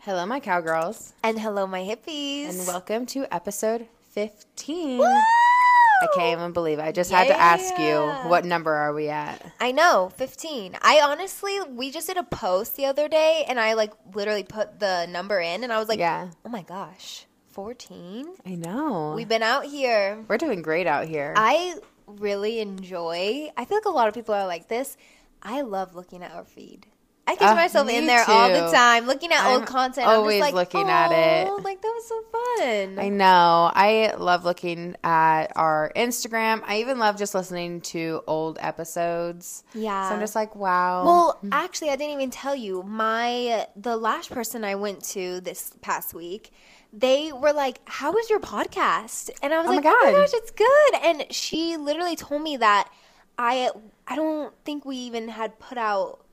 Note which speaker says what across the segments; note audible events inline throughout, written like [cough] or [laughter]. Speaker 1: Hello, my cowgirls,
Speaker 2: And hello, my hippies.
Speaker 1: and welcome to episode 15.
Speaker 2: Woo!
Speaker 1: I can't even believe it. I just had to ask
Speaker 2: Yeah.
Speaker 1: you, what number are we at?
Speaker 2: I know, 15. I honestly, we just did a post the other day and I like literally put the number in and I was like,
Speaker 1: Yeah.
Speaker 2: oh my gosh, 14?
Speaker 1: I know.
Speaker 2: We've been out here.
Speaker 1: We're doing great out here.
Speaker 2: I really enjoy, I feel like a lot of people are like this. I love looking at our feed. I catch
Speaker 1: Oh,
Speaker 2: myself
Speaker 1: me
Speaker 2: in there all
Speaker 1: too.
Speaker 2: the time looking at
Speaker 1: I'm
Speaker 2: old content.
Speaker 1: always
Speaker 2: I'm just like,
Speaker 1: looking at it.
Speaker 2: "Oh, Like, that was so fun.
Speaker 1: I know. I love looking at our Instagram. I even love just listening to old episodes.
Speaker 2: yeah.
Speaker 1: So I'm just like, wow.
Speaker 2: Well, actually, I didn't even tell you. My uh, the lash person I went to this past week, they were like, "How was your podcast?" And I was
Speaker 1: Oh my
Speaker 2: like, "Oh my
Speaker 1: God.
Speaker 2: gosh, it's good!" And she literally told me that I I don't think we even had put out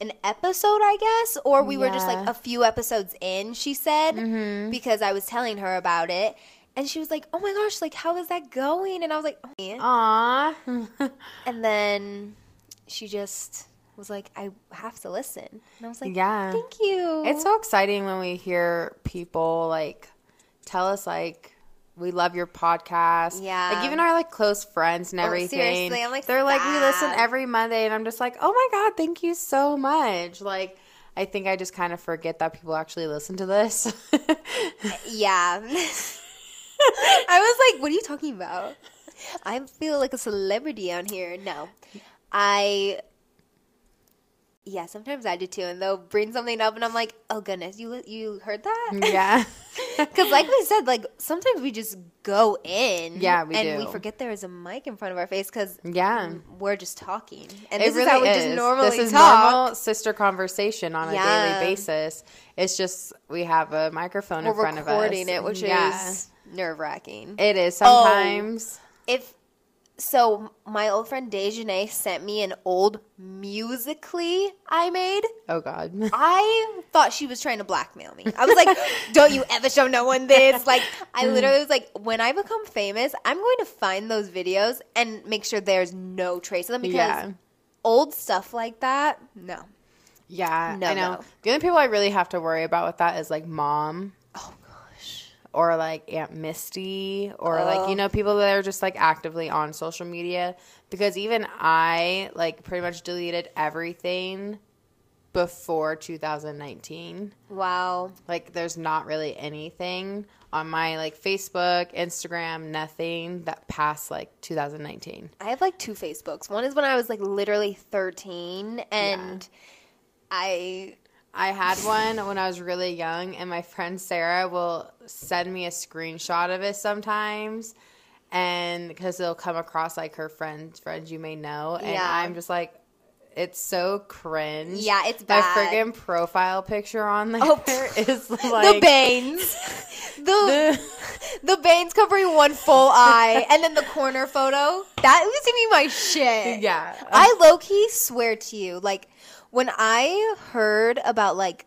Speaker 2: an episode, I guess, or we were just like
Speaker 1: Yeah. Mm-hmm.
Speaker 2: a few episodes in. She said because I was telling her about it. And she was like, "Oh my gosh, like how is that going?" And I was like, "Eh."
Speaker 1: Aw. [laughs]
Speaker 2: And then she just was like, I have to listen. And I was like,
Speaker 1: Yeah.
Speaker 2: Thank you.
Speaker 1: It's so exciting when we hear people like tell us like we love your podcast.
Speaker 2: Yeah. Oh,
Speaker 1: Like even our like close friends and everything.
Speaker 2: seriously, I'm, like,
Speaker 1: they're like we listen
Speaker 2: sad."
Speaker 1: every Monday and I'm just like, "Oh my god, thank you so much." Like I think I just kind of forget that people actually listen to
Speaker 2: [laughs]
Speaker 1: this. [laughs]
Speaker 2: yeah. [laughs] I was like, what are you talking about? I feel like a celebrity on here. No. I. Yeah, sometimes I do too, and they'll bring something up, and I'm like, "Oh goodness, you li- you heard that?"
Speaker 1: [laughs]
Speaker 2: [laughs]
Speaker 1: yeah.
Speaker 2: Because, like we said, like sometimes we just go in,
Speaker 1: Yeah, we
Speaker 2: and
Speaker 1: do.
Speaker 2: we forget there is a mic in front of our face because
Speaker 1: Yeah.
Speaker 2: we're just talking, and
Speaker 1: It
Speaker 2: this
Speaker 1: really
Speaker 2: is how we
Speaker 1: is.
Speaker 2: just normally
Speaker 1: this is
Speaker 2: talk.
Speaker 1: normal sister conversation on a
Speaker 2: Yeah.
Speaker 1: daily basis. It's just we have a microphone in
Speaker 2: we're
Speaker 1: front of us.
Speaker 2: recording it, which
Speaker 1: Yeah.
Speaker 2: is Oh. nerve wracking.
Speaker 1: it is sometimes.
Speaker 2: If so, my old friend Dejanay sent me an old musically I made.
Speaker 1: Oh god.
Speaker 2: [laughs] I thought she was trying to blackmail me. I was
Speaker 1: [laughs]
Speaker 2: like, "Don't you ever show no one this!" Like, I
Speaker 1: Mm.
Speaker 2: literally was like, "When I become famous, I'm going to find those videos and make sure there's no trace of them because
Speaker 1: Yeah.
Speaker 2: old stuff like that, no."
Speaker 1: Yeah,
Speaker 2: No,
Speaker 1: I know.
Speaker 2: no.
Speaker 1: The only people I really have to worry about with that is like mom
Speaker 2: Oh gosh.
Speaker 1: or like Aunt Misty or like
Speaker 2: Oh.
Speaker 1: you know people that are just like actively on social media because even I like pretty much deleted everything before 2019.
Speaker 2: Wow.
Speaker 1: Like there's not really anything on my like Facebook, Instagram, nothing that passed like 2019.
Speaker 2: I have like two Facebooks. One is when I was like literally 13 and I
Speaker 1: I had one when I was really young, and my friend Sarah will send me a screenshot of it sometimes. And because it'll come across like her friends, friends you may know. And
Speaker 2: Yeah.
Speaker 1: I'm just like, it's so cringe.
Speaker 2: Yeah, it's
Speaker 1: My
Speaker 2: bad.
Speaker 1: friggin' profile picture on there
Speaker 2: Oh,
Speaker 1: [laughs] is like.
Speaker 2: [laughs] the Banes. [laughs] the
Speaker 1: the-
Speaker 2: the Banes covering one [laughs] full eye and then the corner photo. That used to be my [laughs] shit.
Speaker 1: [laughs] yeah.
Speaker 2: I low key swear to you, like when I heard about like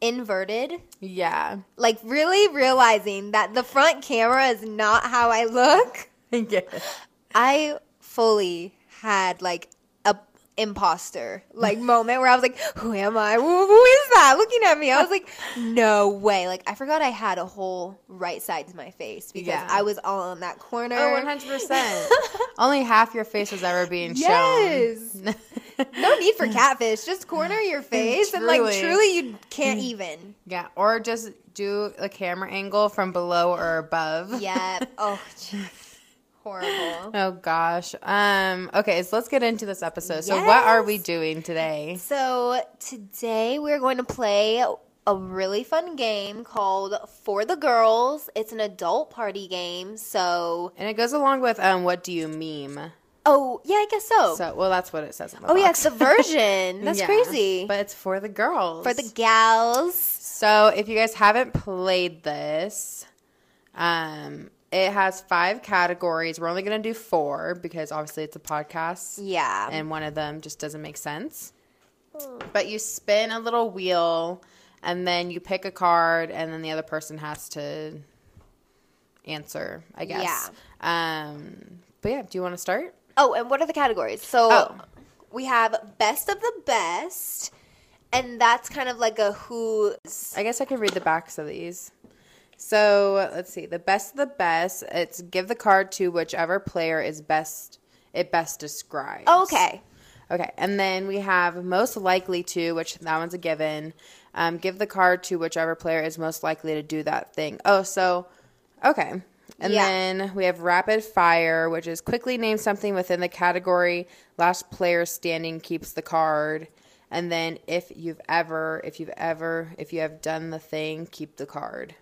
Speaker 2: inverted
Speaker 1: yeah. [laughs]
Speaker 2: like really realizing that the front camera is not how I look.
Speaker 1: yeah.
Speaker 2: Oh, I fully had like a imposter
Speaker 1: [laughs]
Speaker 2: like moment where I was like, "Who am I? Who, who is that looking at me?"
Speaker 1: [laughs]
Speaker 2: I was like, "No way!" Like I forgot I had a whole right side to my face because
Speaker 1: Yeah.
Speaker 2: I was all on that corner.
Speaker 1: Oh, 100%. [laughs] Only half your face was ever being
Speaker 2: Yes.
Speaker 1: shown. [laughs]
Speaker 2: no need for catfish. Just corner your face and like
Speaker 1: Truly.
Speaker 2: truly you
Speaker 1: [laughs]
Speaker 2: can't even.
Speaker 1: Yeah, or just do a camera angle from below or above.
Speaker 2: Yeah. Oh, jeez. horrible.
Speaker 1: [laughs] Oh gosh. Um okay, so let's get into this episode. So what are
Speaker 2: Yes.
Speaker 1: we doing today?
Speaker 2: So today we're going to play a really fun game called For the Girls. It's an adult party game. So,
Speaker 1: And it goes along with um what do you meme?
Speaker 2: oh yeah, I guess so.
Speaker 1: So well that's what it says on the
Speaker 2: oh yeah, it's
Speaker 1: [laughs] box.
Speaker 2: the version. That's
Speaker 1: Yeah,
Speaker 2: crazy.
Speaker 1: But it's for the girls.
Speaker 2: For the gals,
Speaker 1: So if you guys haven't played this, um it has five categories. We're only gonna do four because obviously it's a podcast.
Speaker 2: yeah,
Speaker 1: and one of them just doesn't make sense. But you spin a little wheel and then you pick a card and then the other person has to answer, I guess. Um but yeah, do you want to start?
Speaker 2: Oh, and what are the categories? So
Speaker 1: Oh.
Speaker 2: we have best of the best, and that's kind of like a who's
Speaker 1: I guess I could read the backs of these. So let's see. The best of the best. It's give the card to whichever player is best. It best describes.
Speaker 2: Oh, okay.
Speaker 1: Okay, and then we have most likely to, which that one's a given. Um, give the card to whichever player is most likely to do that thing. Oh, so okay. And
Speaker 2: Yeah.
Speaker 1: then we have rapid fire, which is quickly name something within the category. Last player standing keeps the card. And then if you've ever, if you've ever, if you have done the thing, keep the card.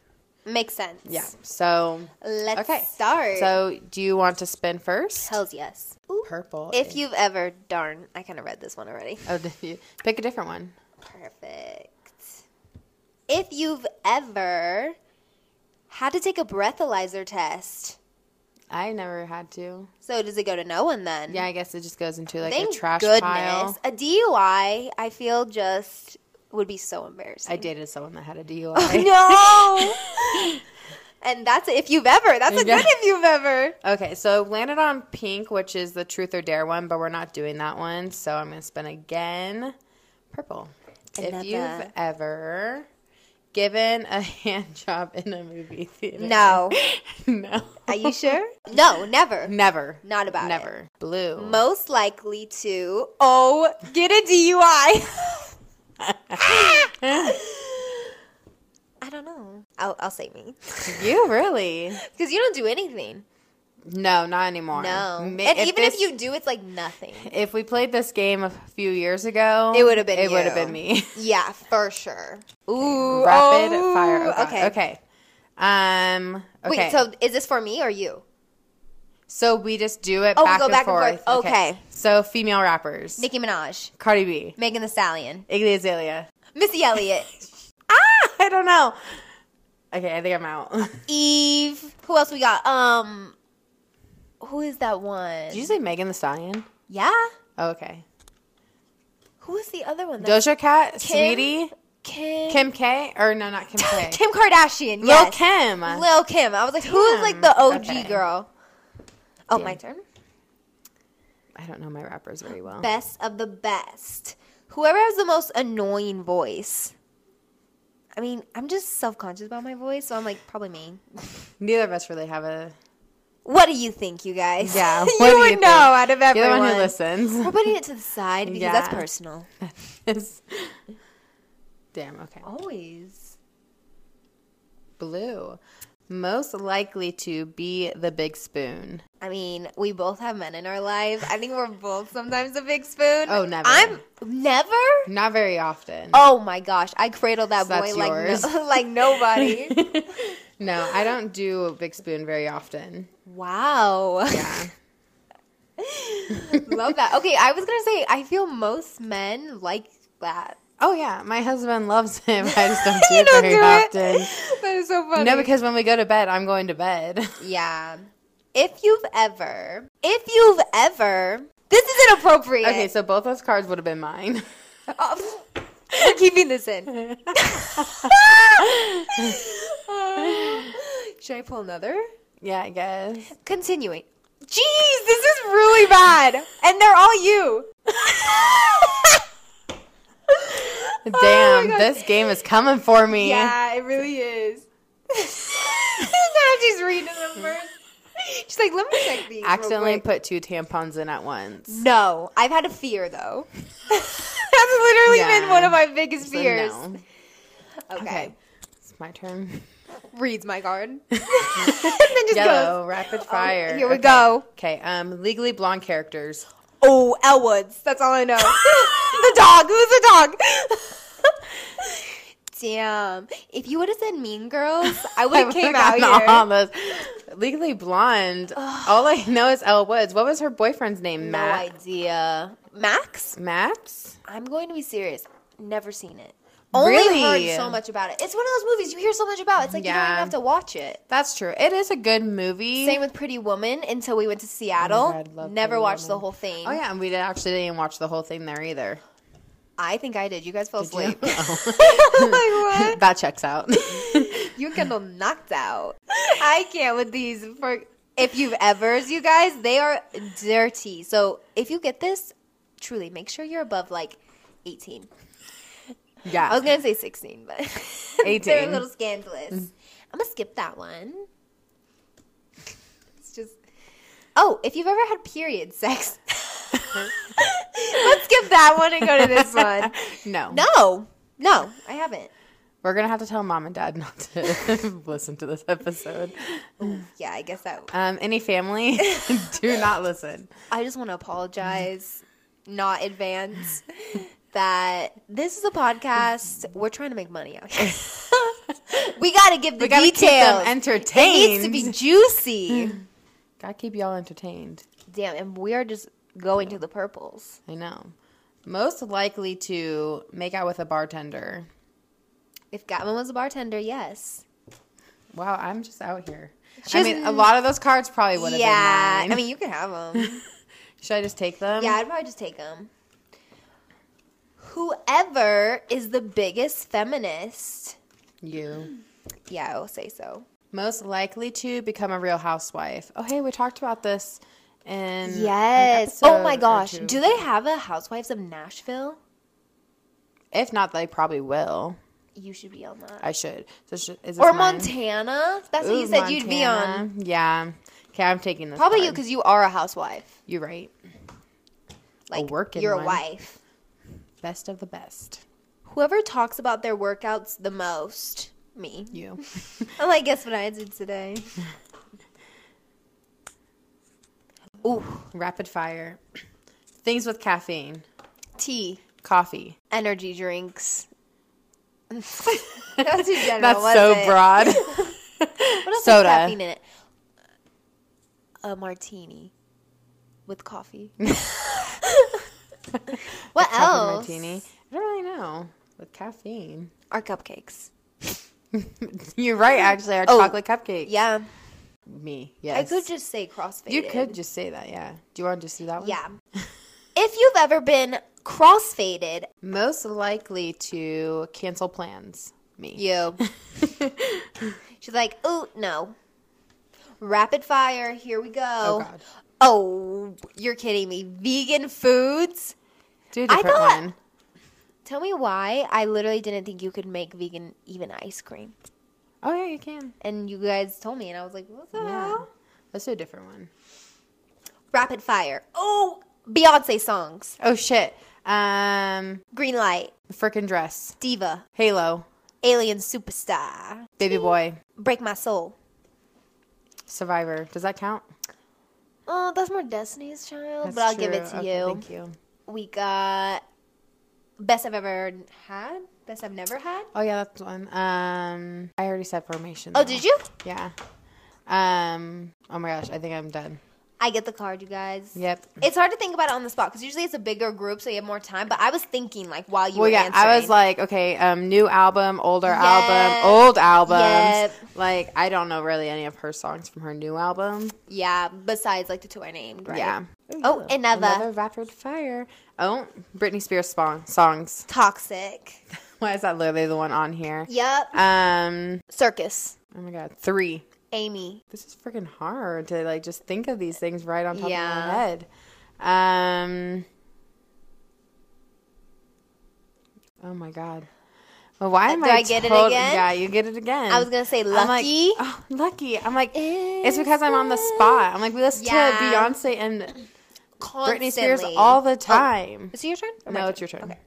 Speaker 2: Makes sense.
Speaker 1: Yeah. So
Speaker 2: Let's
Speaker 1: okay.
Speaker 2: start.
Speaker 1: So do you want to spin first?
Speaker 2: Hells yes. Ooh.
Speaker 1: Purple.
Speaker 2: If you've ever darn, I kind of read this one already.
Speaker 1: oh, [laughs] did you pick a different one?
Speaker 2: Perfect. If you've ever had to take a breathalyzer test,
Speaker 1: I never had to.
Speaker 2: so does it go to no one then?
Speaker 1: Yeah, I guess it just goes into like
Speaker 2: Thank
Speaker 1: a trash
Speaker 2: goodness.
Speaker 1: pile.
Speaker 2: A DUI, I feel just would be so embarrassing.
Speaker 1: I dated someone that had a
Speaker 2: [laughs]
Speaker 1: DUI. [laughs]
Speaker 2: no. and that's if you've ever. That's a
Speaker 1: Yeah.
Speaker 2: good if you've ever.
Speaker 1: Okay, so landed on pink, which is the truth or dare one, but we're not doing that one. So I'm gonna spin again. Purple. If
Speaker 2: Another.
Speaker 1: you've ever given a [laughs] hand job in a movie theater,
Speaker 2: No.
Speaker 1: [laughs] no,
Speaker 2: Are
Speaker 1: [laughs]
Speaker 2: you sure? No, never.
Speaker 1: never,
Speaker 2: Not about it.
Speaker 1: never. Blue.
Speaker 2: Most likely to oh get a DUI. [laughs] I don't know. I'll, I'll say me
Speaker 1: [laughs]
Speaker 2: [laughs]
Speaker 1: you really?
Speaker 2: because you don't do anything.
Speaker 1: No, not anymore. Ma-
Speaker 2: No, Mm, and even
Speaker 1: this-
Speaker 2: if you do, it's like nothing.
Speaker 1: if we played this game a few years ago,
Speaker 2: It would've been
Speaker 1: it would have
Speaker 2: you.
Speaker 1: been me.
Speaker 2: [laughs]
Speaker 1: [laughs]
Speaker 2: Yeah, for sure. Ooh,
Speaker 1: Rapid
Speaker 2: oh,
Speaker 1: fire. Oh, okay.
Speaker 2: okay.
Speaker 1: Okay. Um. Okay.
Speaker 2: Wait, so is this for me or you?
Speaker 1: so we just do it.
Speaker 2: Oh, we
Speaker 1: back
Speaker 2: go
Speaker 1: and
Speaker 2: back and
Speaker 1: forth.
Speaker 2: forth. Okay.
Speaker 1: So female rappers:
Speaker 2: Nicki Minaj,
Speaker 1: Cardi B,
Speaker 2: Megan The Stallion,
Speaker 1: Iggy
Speaker 2: [laughs]
Speaker 1: Azalea.
Speaker 2: Missy Elliott,
Speaker 1: Ah, I don't know. Okay, I think I'm out. [laughs] Did
Speaker 2: Eve. Who else we got? Um, who is that one?
Speaker 1: you say Megan the Stallion?
Speaker 2: yeah.
Speaker 1: Oh, okay.
Speaker 2: Who is the other one?
Speaker 1: Doja Cat,
Speaker 2: Kim?
Speaker 1: Sweetie,
Speaker 2: Kim.
Speaker 1: Kim K, or no, not
Speaker 2: [laughs]
Speaker 1: Kim K.
Speaker 2: Kim Kardashian.
Speaker 1: Lil
Speaker 2: Yes.
Speaker 1: Kim.
Speaker 2: Lil Kim. I was like, who is like
Speaker 1: Kim.
Speaker 2: the OG
Speaker 1: Okay.
Speaker 2: girl? Oh,
Speaker 1: Yeah.
Speaker 2: my turn.
Speaker 1: I don't know my rappers very well.
Speaker 2: Best of the best. Whoever has the most annoying voice. I mean, I'm just self conscious about my voice, so I'm like, probably me.
Speaker 1: Neither of us really have a.
Speaker 2: What do you think, you guys? [laughs]
Speaker 1: Yeah,
Speaker 2: you
Speaker 1: what do
Speaker 2: would
Speaker 1: you think?
Speaker 2: know out of
Speaker 1: You're the
Speaker 2: everyone.
Speaker 1: one who listens.
Speaker 2: We're putting it to the side because
Speaker 1: Yeah.
Speaker 2: that's personal. [laughs]
Speaker 1: Yes. [laughs] Damn, okay.
Speaker 2: Always.
Speaker 1: Blue. Most likely to be the big spoon.
Speaker 2: I mean, we both have men in our lives. I think we're both sometimes a big spoon.
Speaker 1: Oh, never.
Speaker 2: I'm never.
Speaker 1: Not very often.
Speaker 2: Oh my gosh, I cradled that
Speaker 1: So that's
Speaker 2: boy like
Speaker 1: yours.
Speaker 2: no, [laughs] like [laughs] nobody.
Speaker 1: [laughs] no, I don't do a big spoon very often.
Speaker 2: wow.
Speaker 1: Yeah.
Speaker 2: [laughs] Love that. Okay, I was going to say I feel most men like that.
Speaker 1: Oh yeah, my husband loves him. [laughs] I just don't do
Speaker 2: [laughs] You
Speaker 1: it
Speaker 2: don't
Speaker 1: very
Speaker 2: do it.
Speaker 1: often.
Speaker 2: [laughs] That is so funny.
Speaker 1: No, because when we go to bed, I'm going to bed.
Speaker 2: yeah. If you've ever, if you've ever, this is inappropriate.
Speaker 1: Okay, so both those cards would have been
Speaker 2: [laughs]
Speaker 1: mine.
Speaker 2: Oh, [laughs] we're keeping this in. [laughs] Should I pull another?
Speaker 1: yeah, I guess.
Speaker 2: Continuing. Jeez, this is really bad. And they're all you. [laughs] Oh my
Speaker 1: Damn,
Speaker 2: God.
Speaker 1: this game is coming for me.
Speaker 2: Yeah, it really [laughs] is. now she's reading them first. She's like, let me check these. real
Speaker 1: Accidentally
Speaker 2: quick."
Speaker 1: put two tampons in at once.
Speaker 2: No, I've had a fear though. [laughs] That's literally been
Speaker 1: Yeah.
Speaker 2: one of my biggest
Speaker 1: So
Speaker 2: fears.
Speaker 1: no.
Speaker 2: Okay.
Speaker 1: Okay. It's my
Speaker 2: [laughs]
Speaker 1: turn. [laughs]
Speaker 2: Reads my [laughs] card. and then just
Speaker 1: Yellow,
Speaker 2: goes.
Speaker 1: rapid
Speaker 2: Oh,
Speaker 1: fire.
Speaker 2: here we
Speaker 1: Okay.
Speaker 2: go.
Speaker 1: Okay, um, legally blonde characters.
Speaker 2: Oh, Elwoods. That's all I know. [laughs] the dog. Who's the dog? [laughs] Damn. If you would have said Mean Girls, [laughs] [laughs] I would have came out
Speaker 1: I've
Speaker 2: here.
Speaker 1: gotten all those. Legally
Speaker 2: [sighs]
Speaker 1: blonde. all I know is Elle Woods. What was her boyfriend's name?
Speaker 2: No
Speaker 1: Matt.
Speaker 2: idea. Max?
Speaker 1: Max.
Speaker 2: I'm going to be serious. Never seen it. Only
Speaker 1: Really?
Speaker 2: heard so much about it. It's one of those movies you hear so much about. It's like you don't
Speaker 1: Yeah.
Speaker 2: even have to watch it.
Speaker 1: That's true. It is a good movie.
Speaker 2: Same with Pretty Woman until we went to Seattle.
Speaker 1: Oh God, love
Speaker 2: Never
Speaker 1: Pretty
Speaker 2: watched the
Speaker 1: Woman.
Speaker 2: whole thing.
Speaker 1: Oh yeah, and we did, actually didn't even watch the whole thing there either.
Speaker 2: I think I did. You guys fell
Speaker 1: you?
Speaker 2: [laughs] asleep.
Speaker 1: Oh. [laughs]
Speaker 2: like what?
Speaker 1: That checks out.
Speaker 2: You Kendall knocked out. I can't with these. For if you've ever's, you guys, they are dirty. So if you get this, truly make sure you're above like 18.
Speaker 1: Yeah.
Speaker 2: I was gonna say sixteen, but [laughs]
Speaker 1: 18.
Speaker 2: they're a little scandalous.
Speaker 1: Mm.
Speaker 2: I'm gonna skip that one. It's just. Oh, if you've ever had period sex, [laughs] let's skip that one and go to this one.
Speaker 1: [laughs] No.
Speaker 2: No, no, I haven't.
Speaker 1: We're going to have to tell mom and dad not to [laughs] listen to this episode. Mm.
Speaker 2: Yeah, I guess that.
Speaker 1: Um, any family, [laughs] do not listen.
Speaker 2: I just want to apologize, not advance, that this is a podcast. We're trying to make money out here. [laughs] we got to give the
Speaker 1: We got to keep
Speaker 2: details.
Speaker 1: them
Speaker 2: it needs
Speaker 1: entertained.
Speaker 2: to be juicy.
Speaker 1: Gotta keep y'all entertained.
Speaker 2: Damn, and we are just going to the purples.
Speaker 1: I know. Most likely to make out with a bartender.
Speaker 2: If Gatman was a bartender, yes.
Speaker 1: Wow, I'm just out here.
Speaker 2: She
Speaker 1: I
Speaker 2: doesn't-
Speaker 1: mean, a lot of those cards probably would have
Speaker 2: Yeah,
Speaker 1: been mine.
Speaker 2: I mean you can have [laughs] them.
Speaker 1: should I just take them?
Speaker 2: yeah, I'd probably just take them. Whoever is the biggest feminist,
Speaker 1: You.
Speaker 2: yeah, I'll say so.
Speaker 1: Most likely to become a real housewife. Oh, hey, we talked about this in. an
Speaker 2: Yes. Mm, Oh my
Speaker 1: episode or
Speaker 2: gosh.
Speaker 1: two.
Speaker 2: Do they have a Housewives of Nashville?
Speaker 1: If not, they probably will.
Speaker 2: You should be on that.
Speaker 1: I should. So should is this
Speaker 2: Or
Speaker 1: mine?
Speaker 2: Montana? That's what
Speaker 1: Ooh,
Speaker 2: you said you'd be on.
Speaker 1: Montana. Yeah. Okay, I'm taking this.
Speaker 2: Probably you
Speaker 1: card.
Speaker 2: because you are a housewife.
Speaker 1: You're right.
Speaker 2: Like
Speaker 1: working
Speaker 2: you're
Speaker 1: one.
Speaker 2: a wife.
Speaker 1: Best of the best.
Speaker 2: Whoever talks about their workouts the most, me. [laughs]
Speaker 1: You.
Speaker 2: I'm like, guess what I did today? Ooh,
Speaker 1: Rapid fire. Things with caffeine.
Speaker 2: tea,
Speaker 1: Coffee.
Speaker 2: energy drinks. [laughs] That's too general.
Speaker 1: That's
Speaker 2: was
Speaker 1: so
Speaker 2: it?
Speaker 1: broad.
Speaker 2: [laughs] What else
Speaker 1: Soda.
Speaker 2: Soda. caffeine in it? A martini with coffee. what
Speaker 1: Chocolate
Speaker 2: else?
Speaker 1: Martini. I don't really know. With caffeine. [laughs]
Speaker 2: Our cupcakes.
Speaker 1: You're right, actually. Our
Speaker 2: Oh.
Speaker 1: chocolate cupcake.
Speaker 2: Yeah,
Speaker 1: Me. Yes.
Speaker 2: I could just say CrossFit.
Speaker 1: you could just say that, yeah. Do you want to just do that one?
Speaker 2: Yeah. if you've ever been crossfaded,
Speaker 1: Most likely to cancel plans. Me.
Speaker 2: you. She's like, oh no. Rapid fire. Here we
Speaker 1: Oh,
Speaker 2: go.
Speaker 1: God.
Speaker 2: Oh, you're kidding me. Vegan foods.
Speaker 1: [laughs] Do a
Speaker 2: I
Speaker 1: different
Speaker 2: thought-
Speaker 1: one.
Speaker 2: Tell me why I literally didn't think you could make vegan even ice cream.
Speaker 1: Oh, yeah, you can.
Speaker 2: And you guys told me, and I was like, what the
Speaker 1: Yeah.
Speaker 2: hell?
Speaker 1: Let's do a different one.
Speaker 2: Rapid fire. Oh, Beyonce songs.
Speaker 1: Oh, shit. Um,
Speaker 2: Green light.
Speaker 1: Frickin' dress.
Speaker 2: Diva.
Speaker 1: Halo.
Speaker 2: Alien superstar.
Speaker 1: Baby boy.
Speaker 2: Break my soul.
Speaker 1: Survivor. Does that count?
Speaker 2: Oh, that's more Destiny's Child,
Speaker 1: That's
Speaker 2: but I'll give it
Speaker 1: true.
Speaker 2: to
Speaker 1: Okay,
Speaker 2: you.
Speaker 1: Thank you.
Speaker 2: We got best I've ever had. Best I've never had.
Speaker 1: Oh yeah, that's one. Um, I already said formation.
Speaker 2: Oh,
Speaker 1: though.
Speaker 2: did you?
Speaker 1: Yeah. Um. Oh my gosh, I think I'm done.
Speaker 2: I get the card, you guys.
Speaker 1: Yep.
Speaker 2: It's hard to think about it on the spot because usually it's a bigger group, so you have more time. But I was thinking like while you
Speaker 1: Well,
Speaker 2: were
Speaker 1: yeah,
Speaker 2: answering.
Speaker 1: I was like, okay, um, new album, older
Speaker 2: Yep.
Speaker 1: album, old albums.
Speaker 2: Yep.
Speaker 1: Like, I don't know really any of her songs from her new album.
Speaker 2: yeah. Besides like the two I named, right?
Speaker 1: Yeah.
Speaker 2: Oh, another.
Speaker 1: Another rapid fire. Oh, Britney Spears song- songs. [laughs]
Speaker 2: Toxic.
Speaker 1: Why is that literally the one on here?
Speaker 2: Yep.
Speaker 1: Um.
Speaker 2: Circus.
Speaker 1: Oh my god, three.
Speaker 2: Amy.
Speaker 1: This is freaking hard to like just think of these things right on top of
Speaker 2: Yeah.
Speaker 1: my head. Um. Oh my god. Well, why am
Speaker 2: do
Speaker 1: I?
Speaker 2: I get it
Speaker 1: tot-
Speaker 2: again?
Speaker 1: Yeah, you get it again.
Speaker 2: I was gonna say
Speaker 1: I'm like,
Speaker 2: lucky.
Speaker 1: oh, lucky. I'm like, it's
Speaker 2: Is
Speaker 1: because I'm on the spot. I'm like, we listen
Speaker 2: Yeah.
Speaker 1: to Beyonce and
Speaker 2: Constantly. Oh,
Speaker 1: Britney Spears all the time.
Speaker 2: Is it your turn? Or my
Speaker 1: no, it's your turn.
Speaker 2: Okay.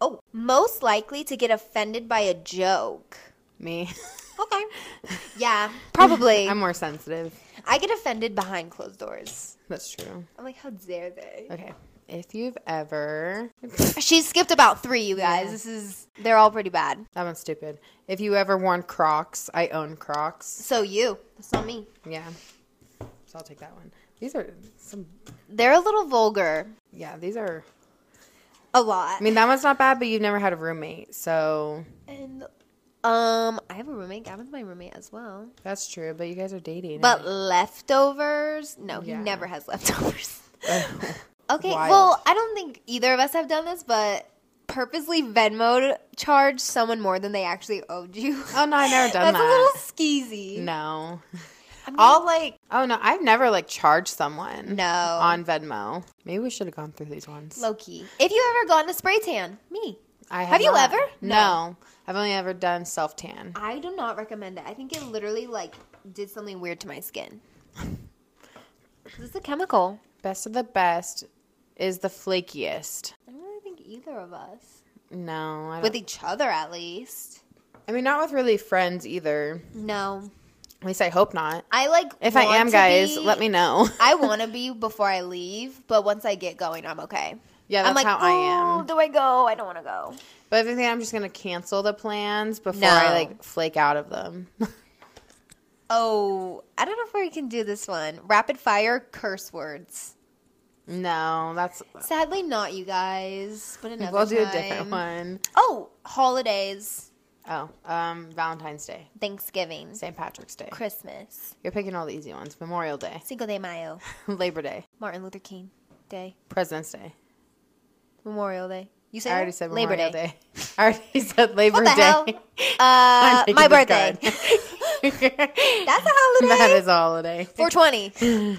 Speaker 2: Oh, most likely to get offended by a joke.
Speaker 1: Me.
Speaker 2: Okay. [laughs] Yeah, probably.
Speaker 1: [laughs] I'm more sensitive.
Speaker 2: I get offended behind closed doors.
Speaker 1: That's true.
Speaker 2: I'm like, how dare they?
Speaker 1: Okay. If you've
Speaker 2: [laughs]
Speaker 1: ever
Speaker 2: She skipped about three, you guys. This is they're all pretty bad.
Speaker 1: That one's stupid. If you ever worn Crocs, I own Crocs.
Speaker 2: So you, that's not me.
Speaker 1: Yeah. So I'll take that one. These are some
Speaker 2: They're a little vulgar.
Speaker 1: yeah, these are
Speaker 2: A lot.
Speaker 1: I mean that one's not bad, but you've never had a roommate, so
Speaker 2: And um, I have a roommate. Gavin's my roommate as well.
Speaker 1: that's true, but you guys are dating.
Speaker 2: But leftovers? No, he
Speaker 1: Yeah.
Speaker 2: never has leftovers. [laughs] okay,
Speaker 1: Wild.
Speaker 2: well, I don't think either of us have done this, but purposely Venmo charge someone more than they actually owed you.
Speaker 1: Oh no, I've
Speaker 2: [laughs]
Speaker 1: never done
Speaker 2: That's
Speaker 1: that.
Speaker 2: a little skeezy.
Speaker 1: [laughs] No.
Speaker 2: I'm gonna-
Speaker 1: I'll like oh no, I've never like charged someone.
Speaker 2: No.
Speaker 1: On Venmo. Maybe we should have gone through these ones.
Speaker 2: low key. If you ever gone to spray tan, me.
Speaker 1: I have,
Speaker 2: Have you
Speaker 1: not.
Speaker 2: ever?
Speaker 1: No. I've only ever done self tan.
Speaker 2: I do not recommend it. I think it literally like did something weird to my skin. This is a chemical.
Speaker 1: Best of the best is the flakiest.
Speaker 2: I don't really think either of us.
Speaker 1: No, I don't.
Speaker 2: With each other at least.
Speaker 1: I mean, not with really friends either.
Speaker 2: No.
Speaker 1: At least I hope not.
Speaker 2: I like
Speaker 1: If I
Speaker 2: want
Speaker 1: am,
Speaker 2: to
Speaker 1: guys,
Speaker 2: be-
Speaker 1: let me know.
Speaker 2: [laughs] I want to be before I leave, but once I get going, I'm okay.
Speaker 1: yeah, that's
Speaker 2: I'm like, "Oh,
Speaker 1: how I
Speaker 2: "Ooh,
Speaker 1: am.
Speaker 2: Do I go? I don't want to go.
Speaker 1: But if anything, I'm just gonna cancel the plans before
Speaker 2: No.
Speaker 1: I like flake out of them. [laughs]
Speaker 2: Oh, I don't know if we can do this one. Rapid fire curse words.
Speaker 1: no, that's
Speaker 2: Sadly, not you guys, but another
Speaker 1: we'll do a
Speaker 2: time.
Speaker 1: different one.
Speaker 2: Oh, holidays,
Speaker 1: Oh, um, Valentine's Day,
Speaker 2: Thanksgiving,
Speaker 1: St. Patrick's Day.
Speaker 2: Christmas,
Speaker 1: You're picking all the easy ones. Memorial Day, [laughs]
Speaker 2: Cinco de Mayo,
Speaker 1: Labor Day,
Speaker 2: Martin Luther King Day,
Speaker 1: President's Day.
Speaker 2: Memorial Day. You said
Speaker 1: I already
Speaker 2: it?
Speaker 1: said
Speaker 2: Labor
Speaker 1: Memorial
Speaker 2: Day.
Speaker 1: Day. [laughs] I already said Labor
Speaker 2: What the
Speaker 1: Day. [laughs]
Speaker 2: hell?
Speaker 1: I'm
Speaker 2: Uh,
Speaker 1: making
Speaker 2: my
Speaker 1: this
Speaker 2: birthday.
Speaker 1: card. [laughs]
Speaker 2: That's a holiday.
Speaker 1: That is a holiday.
Speaker 2: 420.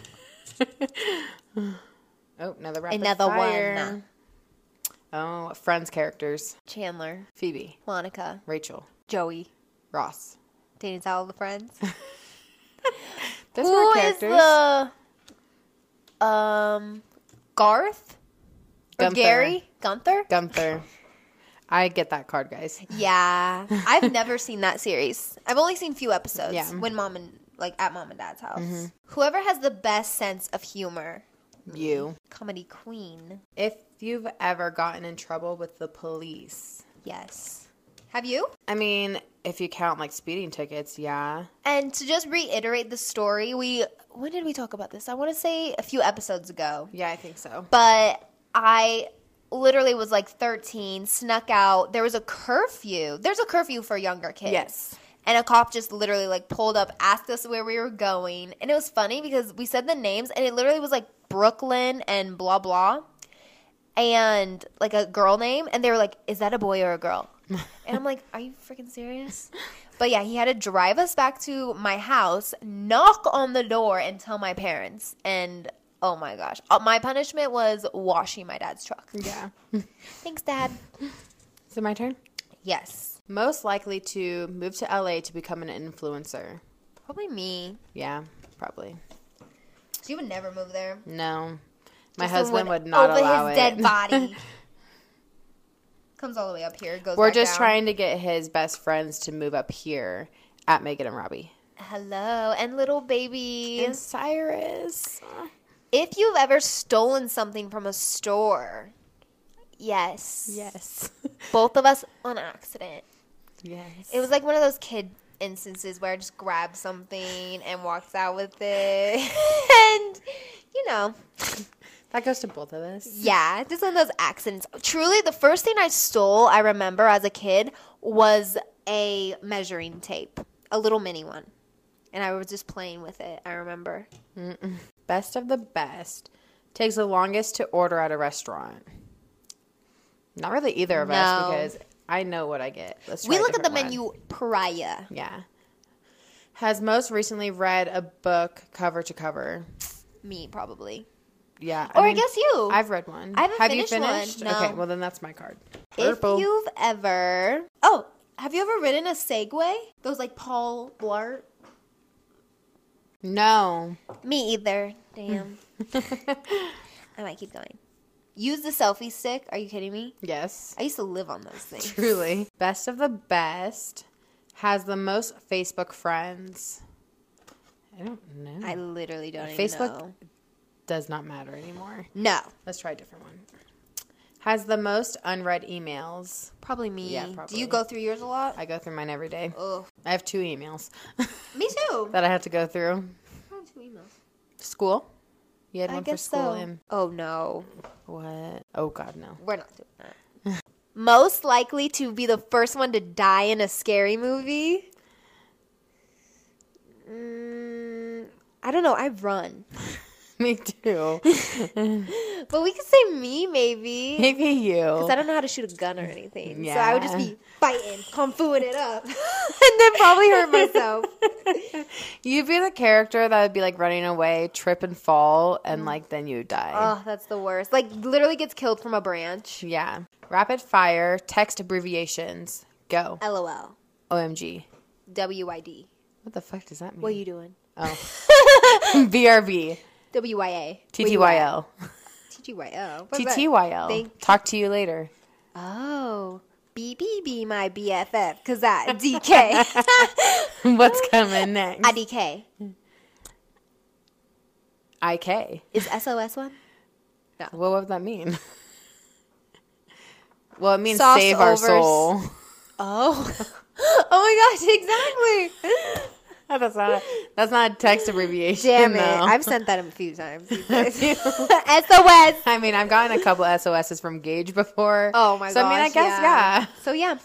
Speaker 1: Oh, another rapid
Speaker 2: Another one.
Speaker 1: fire. Oh, Friends characters.
Speaker 2: Chandler,
Speaker 1: Phoebe,
Speaker 2: Monica,
Speaker 1: Rachel,
Speaker 2: Joey,
Speaker 1: Ross.
Speaker 2: Dating all the friends.
Speaker 1: [laughs] Those
Speaker 2: Who
Speaker 1: were
Speaker 2: is
Speaker 1: characters.
Speaker 2: the um Garth or
Speaker 1: Gunther.
Speaker 2: Gary Gunther?
Speaker 1: Gunther. I get that card, guys.
Speaker 2: yeah,
Speaker 1: [laughs]
Speaker 2: I've never seen that series. I've only seen few episodes.
Speaker 1: Yeah. Mm-hmm.
Speaker 2: when mom and like at mom and dad's house. Whoever has the best sense of humor,
Speaker 1: You.
Speaker 2: comedy queen.
Speaker 1: If you've ever gotten in trouble with the police,
Speaker 2: Yes, have you?
Speaker 1: I mean, if you count like speeding tickets, yeah.
Speaker 2: And to just reiterate the story, we when did we talk about this? I want to say a few episodes ago.
Speaker 1: Yeah, I think so.
Speaker 2: but I literally was like 13, snuck out. There was a curfew. There's a curfew for younger kids.
Speaker 1: Yes.
Speaker 2: And a cop just literally like pulled up, asked us where we were going. And it was funny because we said the names and it literally was like Brooklyn and blah blah. And like a girl name and they were like, "Is that a boy or a girl?" And I'm like, "Are you freaking serious?" But yeah, he had to drive us back to my house, knock on the door, and tell my parents. And oh my gosh, Uh, my punishment was washing my dad's truck.
Speaker 1: Yeah.
Speaker 2: Thanks, Dad.
Speaker 1: Is it my turn?
Speaker 2: Yes,
Speaker 1: Most likely to move to LA to become an influencer.
Speaker 2: probably me.
Speaker 1: Yeah, probably.
Speaker 2: So you would never move there.
Speaker 1: No. My
Speaker 2: Justin
Speaker 1: husband would, not
Speaker 2: over
Speaker 1: allow
Speaker 2: his
Speaker 1: it. [laughs]
Speaker 2: dead body. Comes all the way up here. Goes.
Speaker 1: We're
Speaker 2: back
Speaker 1: just
Speaker 2: down.
Speaker 1: trying to get his best friends to move up here at Megan and Robbie.
Speaker 2: Hello and little baby.
Speaker 1: And Cyrus.
Speaker 2: If you've ever stolen something from a store, yes,
Speaker 1: Yes.
Speaker 2: both of us on accident.
Speaker 1: yes.
Speaker 2: It was like one of those kid instances where I just grabbed something and walked out with it. [laughs] and, you know,
Speaker 1: that goes to both of us.
Speaker 2: yeah, just one of those accidents. Truly, the first thing I stole, I remember as a kid, was a measuring tape, a little mini one. And I was just playing with it, I remember.
Speaker 1: Best of the best. Takes the longest to order at a restaurant. Not really either of us
Speaker 2: No.
Speaker 1: because I know what I get. Let's try
Speaker 2: we
Speaker 1: a
Speaker 2: look at the
Speaker 1: different one.
Speaker 2: menu prior.
Speaker 1: Yeah. Has most recently read a book cover to cover.
Speaker 2: Me, probably.
Speaker 1: Yeah.
Speaker 2: or I
Speaker 1: mean,
Speaker 2: guess you.
Speaker 1: I've read one.
Speaker 2: I haven't
Speaker 1: Have you
Speaker 2: finished one,
Speaker 1: finished?
Speaker 2: no.
Speaker 1: Okay, well then that's my card.
Speaker 2: If you've ever oh, have you ever ridden a Segway? Those like Paul Blart. [laughs]
Speaker 1: No.
Speaker 2: Me either.
Speaker 1: Hmm.
Speaker 2: Damn. I might keep going. Use the selfie stick. Are you kidding me?
Speaker 1: yes.
Speaker 2: I used to live on those things.
Speaker 1: Truly. Best of the best. Has the most Facebook friends. I don't know.
Speaker 2: I literally don't.
Speaker 1: Facebook-
Speaker 2: Even know.
Speaker 1: Does not matter anymore.
Speaker 2: No,
Speaker 1: Let's try a different one. Has the most unread emails.
Speaker 2: probably me.
Speaker 1: Yeah,
Speaker 2: Do
Speaker 1: probably.
Speaker 2: you go through yours a lot?
Speaker 1: I go through mine every day.
Speaker 2: Oh,
Speaker 1: I have two emails [laughs]
Speaker 2: me too.
Speaker 1: that I have to go through. School? You had
Speaker 2: I
Speaker 1: one for
Speaker 2: guess
Speaker 1: school
Speaker 2: so.
Speaker 1: and
Speaker 2: Oh no,
Speaker 1: what? Oh god, no. [laughs]
Speaker 2: we're not doing that. Most likely to be the first one to die in a scary movie. Mm, I don't know. I run.
Speaker 1: Me
Speaker 2: [laughs]
Speaker 1: too.
Speaker 2: But we could say me maybe.
Speaker 1: Maybe you.
Speaker 2: Because I don't know how to shoot a gun or anything. So I would just
Speaker 1: Yeah.
Speaker 2: be fighting, kung fuing
Speaker 1: [laughs]
Speaker 2: it up. [laughs] and then probably hurt myself.
Speaker 1: You'd be the character that would be like running away, trip and fall,
Speaker 2: Mm.
Speaker 1: and like then you would die.
Speaker 2: oh, that's the worst. Like literally gets killed from a branch.
Speaker 1: yeah. Rapid fire, text abbreviations. Go.
Speaker 2: LOL.
Speaker 1: OMG.
Speaker 2: WYD.
Speaker 1: What the fuck does that mean?
Speaker 2: What you doing?
Speaker 1: oh. [laughs] BRB.
Speaker 2: WYA.
Speaker 1: TTYL.
Speaker 2: TTYL. What's that?
Speaker 1: TTYL.
Speaker 2: Thank-
Speaker 1: Talk to you later. [laughs]
Speaker 2: Oh. BBB my BFF. Because [laughs] I DK.
Speaker 1: What's coming next?
Speaker 2: IDK.
Speaker 1: IK.
Speaker 2: Is SOS one?
Speaker 1: What would that mean? [laughs] well, it means
Speaker 2: Sauce
Speaker 1: save our
Speaker 2: overs. [laughs]
Speaker 1: soul.
Speaker 2: Oh. [laughs] oh my gosh, exactly.
Speaker 1: that's not that's not a text abbreviation.
Speaker 2: Damn it.
Speaker 1: though.
Speaker 2: I've sent that a few
Speaker 1: [laughs]
Speaker 2: times. these days.
Speaker 1: few.
Speaker 2: SOS.
Speaker 1: [laughs] I mean, I've gotten a couple SOSs from Gage before.
Speaker 2: Oh my
Speaker 1: So I mean, I
Speaker 2: gosh,
Speaker 1: guess
Speaker 2: yeah.
Speaker 1: yeah.
Speaker 2: So yeah.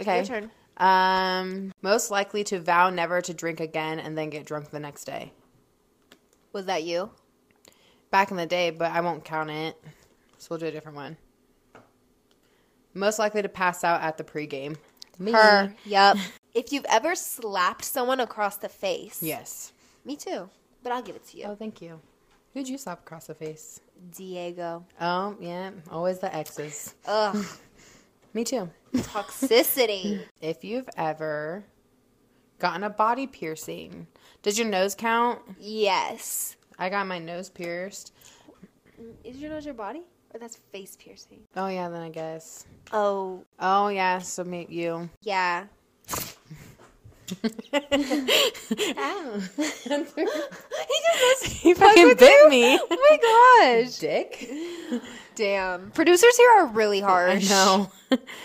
Speaker 1: Okay.
Speaker 2: Your turn.
Speaker 1: Um, most likely to vow never to drink again and then get drunk the next day.
Speaker 2: Was that you?
Speaker 1: Back in the day, but I won't count it. So we'll do a different one. Most likely to pass out at the pregame. Me.
Speaker 2: Her. Yep. [laughs] If you've ever slapped someone across the face.
Speaker 1: Yes.
Speaker 2: Me too. But I'll give it to you.
Speaker 1: Oh, thank you. Who'd you slap across the face?
Speaker 2: Diego.
Speaker 1: Oh, yeah. Always the exes.
Speaker 2: [laughs] Ugh.
Speaker 1: Me too.
Speaker 2: Toxicity.
Speaker 1: If you've ever gotten a body piercing, does your nose count?
Speaker 2: yes.
Speaker 1: I got my nose pierced.
Speaker 2: Is your nose your body? Or that's face piercing?
Speaker 1: Oh yeah, then I guess.
Speaker 2: Oh,
Speaker 1: Oh yeah, so meet you. [laughs]
Speaker 2: yeah. Oh. [laughs]
Speaker 1: Ow.
Speaker 2: just
Speaker 1: he fucking
Speaker 2: with
Speaker 1: bit me.
Speaker 2: Oh my gosh.
Speaker 1: Dick.
Speaker 2: Damn. Producers here are really
Speaker 1: I
Speaker 2: harsh.
Speaker 1: know.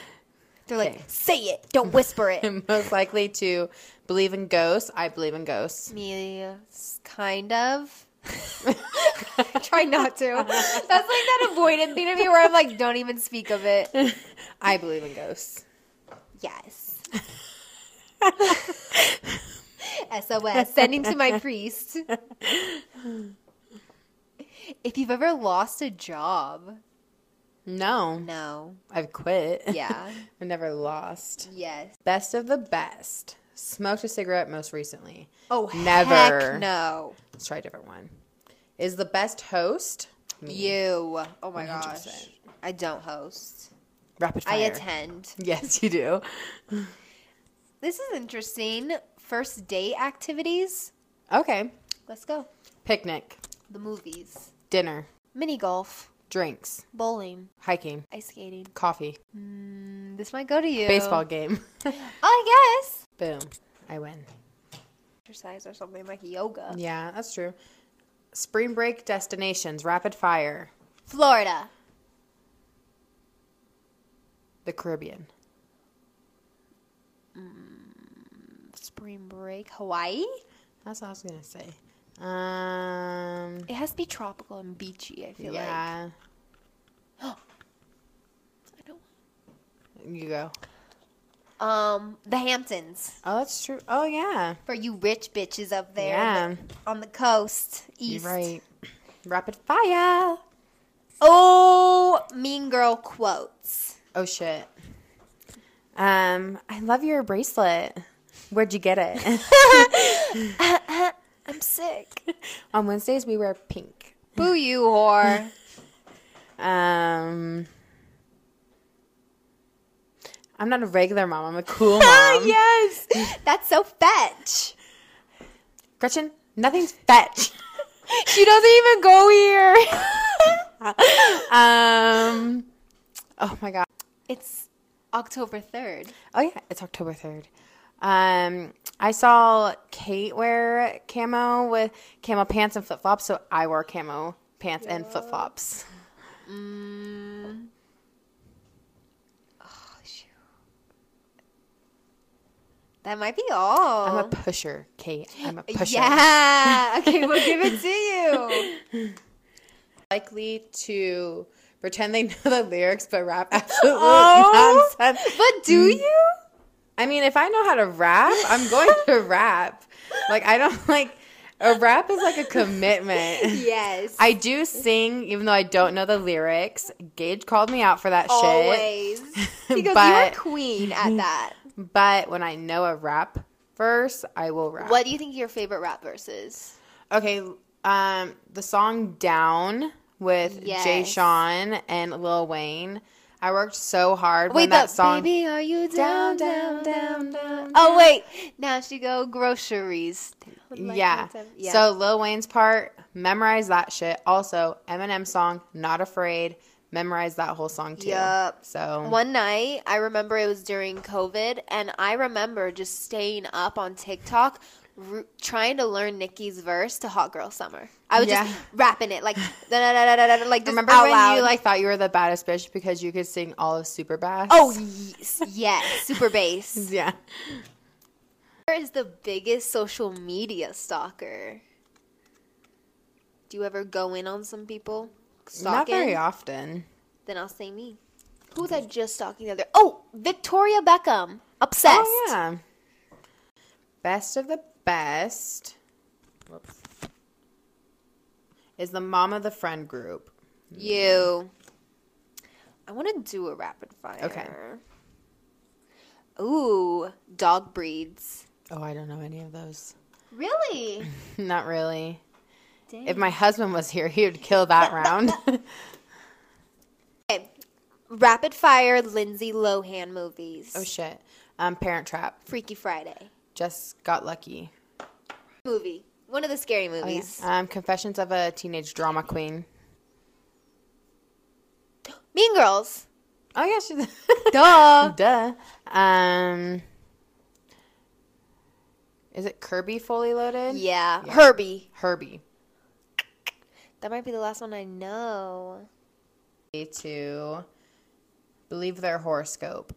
Speaker 1: [laughs]
Speaker 2: They're like, say it. Don't whisper [laughs] it.
Speaker 1: I'm most likely to believe in ghosts. I believe in ghosts.
Speaker 2: Me, s- kind [laughs] of. Try not [laughs] to. That's like that avoidant thing of me where I'm like, don't even speak of it.
Speaker 1: I believe in ghosts.
Speaker 2: Yes. SOS. Sending to my priest. If you've ever lost a job,
Speaker 1: [laughs] No,
Speaker 2: no.
Speaker 1: I've quit.
Speaker 2: Yeah.
Speaker 1: [laughs] I've never lost.
Speaker 2: Yes.
Speaker 1: Best of the best. Smoked a cigarette most recently.
Speaker 2: Oh,
Speaker 1: Never.
Speaker 2: Heck no.
Speaker 1: Let's try a different one. Is the best host me?
Speaker 2: You. Oh my gosh.
Speaker 1: 100%.
Speaker 2: I don't host.
Speaker 1: Rapid fire.
Speaker 2: I attend.
Speaker 1: [laughs] Yes, you do.
Speaker 2: This is interesting. First date activities.
Speaker 1: Okay.
Speaker 2: Let's go.
Speaker 1: Picnic,
Speaker 2: The movies.
Speaker 1: dinner,
Speaker 2: Mini golf.
Speaker 1: drinks,
Speaker 2: Bowling.
Speaker 1: hiking,
Speaker 2: Ice skating.
Speaker 1: coffee,
Speaker 2: Mm, this might go to you.
Speaker 1: baseball game. [laughs]
Speaker 2: I guess.
Speaker 1: Boom. I win.
Speaker 2: Exercise or something like yoga.
Speaker 1: Yeah, that's true. Spring break destinations, rapid fire,
Speaker 2: Florida.
Speaker 1: the Caribbean,
Speaker 2: Mm, Spring break. Hawaii.
Speaker 1: That's what I was gonna say. Um,
Speaker 2: It has to be tropical and beachy, I feel [gasps] like.
Speaker 1: yeah,
Speaker 2: I don't-
Speaker 1: you go.
Speaker 2: Um, the Hamptons.
Speaker 1: Oh, that's true. Oh yeah,
Speaker 2: For you rich bitches up there
Speaker 1: yeah,
Speaker 2: on the coast,
Speaker 1: you're
Speaker 2: east.
Speaker 1: right. Rapid fire.
Speaker 2: Oh, mean girl quotes.
Speaker 1: Oh shit. Um, I love your bracelet. Where'd you get it?
Speaker 2: [laughs] I'm sick.
Speaker 1: [laughs] On Wednesdays we wear pink.
Speaker 2: Boo you, whore.
Speaker 1: Um, I'm not a regular mom. I'm a
Speaker 2: [laughs]
Speaker 1: cool [laughs] mom.
Speaker 2: yes. That's so fetch.
Speaker 1: Gretchen, nothing's fetch.
Speaker 2: She doesn't even go here.
Speaker 1: um, oh my god.
Speaker 2: [laughs] it's October 3rd.
Speaker 1: Oh yeah, it's October third. Um, I saw Kate wear camo with camo pants and flip flops, so I wore camo pants and flip flops.
Speaker 2: Mm. Oh, shoot. That might be all.
Speaker 1: I'm a pusher, Kate. I'm a pusher.
Speaker 2: yeah. Okay, we'll give it to [laughs] you.
Speaker 1: Likely to pretend they know the lyrics but rap [laughs] absolutely
Speaker 2: Oh.
Speaker 1: nonsense.
Speaker 2: But do you?
Speaker 1: I mean, if I know how to rap, I'm going to rap. Like I don't like A rap is like a [laughs] commitment.
Speaker 2: yes.
Speaker 1: I do sing, even though I don't know the lyrics. Gage called me out for that [laughs]
Speaker 2: Always.
Speaker 1: shit.
Speaker 2: Because you're
Speaker 1: but
Speaker 2: queen at that.
Speaker 1: but when I know a rap verse, I will rap.
Speaker 2: What do you think your favorite rap verses?
Speaker 1: Okay, um, the song "Down" with Jay
Speaker 2: Yes.
Speaker 1: Sean and Lil Wayne. I worked so hard
Speaker 2: Wait,
Speaker 1: when that
Speaker 2: that
Speaker 1: song.
Speaker 2: Baby, are you
Speaker 1: Down,
Speaker 2: down,
Speaker 1: down,
Speaker 2: down,
Speaker 1: down,
Speaker 2: down,
Speaker 1: down,
Speaker 2: down? Oh, wait. Now she go groceries. Down, like
Speaker 1: yeah.
Speaker 2: that. Yeah.
Speaker 1: So Lil Wayne's part, memorize that shit. Also, Eminem song, Not Afraid, memorize that whole song too.
Speaker 2: Yup.
Speaker 1: So
Speaker 2: One night, I remember it was during COVID, and I remember just staying up on TikTok. ru- Trying to learn Nicki's verse to "Hot Girl Summer," I was
Speaker 1: Yeah.
Speaker 2: just rapping it like [laughs] da da da da da da, like just
Speaker 1: remember
Speaker 2: out
Speaker 1: when
Speaker 2: loud.
Speaker 1: you like thought you were the baddest bitch because you could sing all of Superbass?
Speaker 2: oh yes, yes,
Speaker 1: [laughs]
Speaker 2: super bass.
Speaker 1: yeah.
Speaker 2: Where is the biggest social media stalker? Do you ever go in on some people?
Speaker 1: Not
Speaker 2: Stalking?
Speaker 1: very often.
Speaker 2: Then I'll say me. Who was I just stalking the other? Oh, Victoria Beckham. Obsessed.
Speaker 1: Oh yeah. Best of the best. Whoops. Is the mom of the friend group.
Speaker 2: You. I want to do a rapid fire.
Speaker 1: Okay.
Speaker 2: Ooh, dog breeds.
Speaker 1: Oh, I don't know any of those.
Speaker 2: Really?
Speaker 1: [laughs] Not really.
Speaker 2: Dang.
Speaker 1: If my husband was here, he would kill [laughs] that round.
Speaker 2: okay. Rapid fire Lindsay Lohan movies.
Speaker 1: oh shit. Um, Parent Trap.
Speaker 2: Freaky Friday.
Speaker 1: Just got lucky.
Speaker 2: Movie. One of the scary movies.
Speaker 1: Um, Confessions of a Teenage Drama Queen.
Speaker 2: Mean Girls.
Speaker 1: Oh yeah, [laughs] she's
Speaker 2: Duh.
Speaker 1: duh. Um, is it Kirby Fully Loaded?
Speaker 2: Yeah.
Speaker 1: Yeah.
Speaker 2: Herbie.
Speaker 1: Herbie.
Speaker 2: That might be the last one I know.
Speaker 1: To believe their horoscope.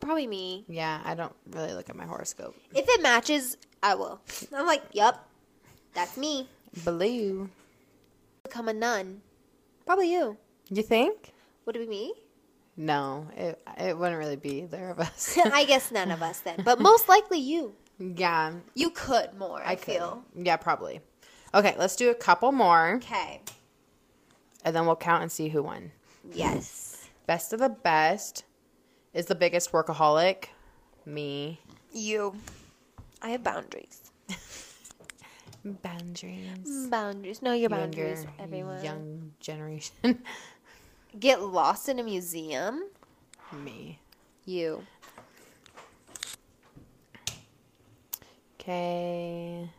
Speaker 2: Probably me.
Speaker 1: Yeah, I don't really look at my horoscope.
Speaker 2: If it matches, I will. I'm like, yep, that's me.
Speaker 1: Believe.
Speaker 2: Become a nun. Probably you.
Speaker 1: You think?
Speaker 2: Would it be me?
Speaker 1: No, it it wouldn't really be either of
Speaker 2: [laughs]
Speaker 1: us.
Speaker 2: I guess none of us then, [laughs] but most likely you.
Speaker 1: [laughs] yeah,
Speaker 2: You could more. I,
Speaker 1: I could.
Speaker 2: feel.
Speaker 1: Yeah, probably. Okay, let's do a couple more,
Speaker 2: Okay.
Speaker 1: and then we'll count and see who won.
Speaker 2: Yes.
Speaker 1: Best of the best is the biggest workaholic. Me.
Speaker 2: You. I have boundaries.
Speaker 1: Boundaries.
Speaker 2: Boundaries. Know your
Speaker 1: Younger,
Speaker 2: boundaries, everyone.
Speaker 1: Young generation. [laughs]
Speaker 2: Get lost in a museum.
Speaker 1: me.
Speaker 2: You.
Speaker 1: Okay.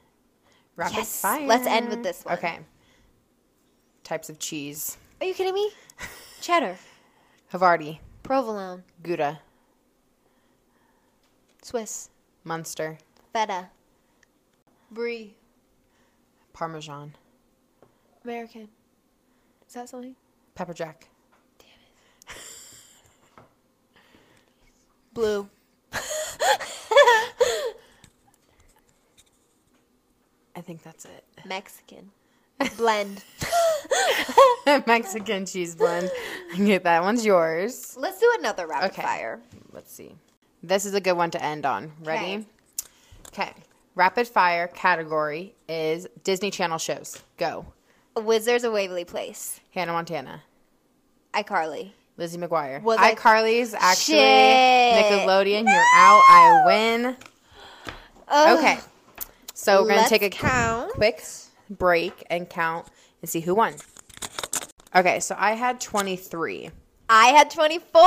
Speaker 1: Rapid
Speaker 2: Yes.
Speaker 1: fire.
Speaker 2: Let's end with this one.
Speaker 1: Okay. Types of cheese.
Speaker 2: Are you kidding [laughs] me? Cheddar.
Speaker 1: Havarti,
Speaker 2: Provolone.
Speaker 1: Gouda,
Speaker 2: Swiss.
Speaker 1: Munster,
Speaker 2: Feta. Brie.
Speaker 1: Parmesan,
Speaker 2: American. Is that something?
Speaker 1: Pepper Jack,
Speaker 2: Blue.
Speaker 1: I think that's it.
Speaker 2: [laughs] [laughs] Mexican. Blend.
Speaker 1: [laughs] Mexican cheese blend. Get that one's yours.
Speaker 2: [laughs] Let's do another rapid
Speaker 1: Okay.
Speaker 2: fire.
Speaker 1: Let's see. This is a good one to end on. Ready?
Speaker 2: Okay.
Speaker 1: Okay. Rapid fire category is Disney Channel shows. Go.
Speaker 2: Wizards of Waverly Place.
Speaker 1: Hannah Montana.
Speaker 2: iCarly.
Speaker 1: Lizzie McGuire.
Speaker 2: Was I-
Speaker 1: iCarly's actually
Speaker 2: Shit.
Speaker 1: Nickelodeon. You're out. I win.
Speaker 2: Ugh.
Speaker 1: Okay. So we're going to
Speaker 2: Let's
Speaker 1: take a
Speaker 2: count.
Speaker 1: quick break and count and see who won. Okay, so I had
Speaker 2: [laughs]
Speaker 1: 23.
Speaker 2: I had 24.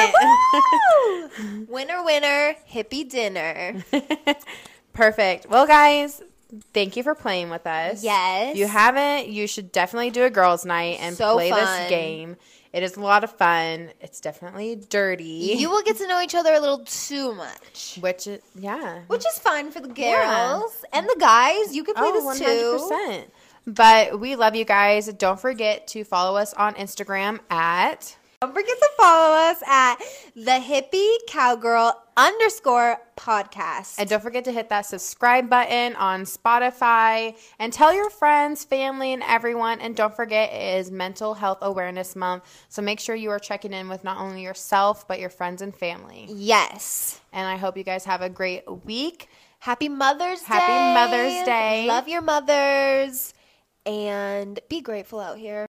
Speaker 1: Damn
Speaker 2: Woo! winner, winner, hippie dinner.
Speaker 1: Perfect. Well, guys, thank you for playing with us.
Speaker 2: Yes.
Speaker 1: If you haven't, you should definitely do a girls' night and
Speaker 2: So
Speaker 1: play this
Speaker 2: fun.
Speaker 1: game. It is a lot of fun. It's definitely dirty.
Speaker 2: You will get to know each other a little too much.
Speaker 1: which is, yeah.
Speaker 2: Which is fun for the girls
Speaker 1: Yeah.
Speaker 2: and the guys. You can play
Speaker 1: Oh,
Speaker 2: this too.
Speaker 1: 100%. But we love you guys. Don't forget to follow us on Instagram at
Speaker 2: Don't forget to follow us at the hippie cowgirl underscore podcast.
Speaker 1: And don't forget to hit that subscribe button on Spotify and tell your friends, family, and everyone. And don't forget, it is Mental Health Awareness Month. So make sure you are checking in with not only yourself, but your friends and family.
Speaker 2: yes.
Speaker 1: And I hope you guys have a great week.
Speaker 2: Happy Mother's
Speaker 1: Happy
Speaker 2: Day.
Speaker 1: Mother's Day.
Speaker 2: Love your mothers and be grateful out here.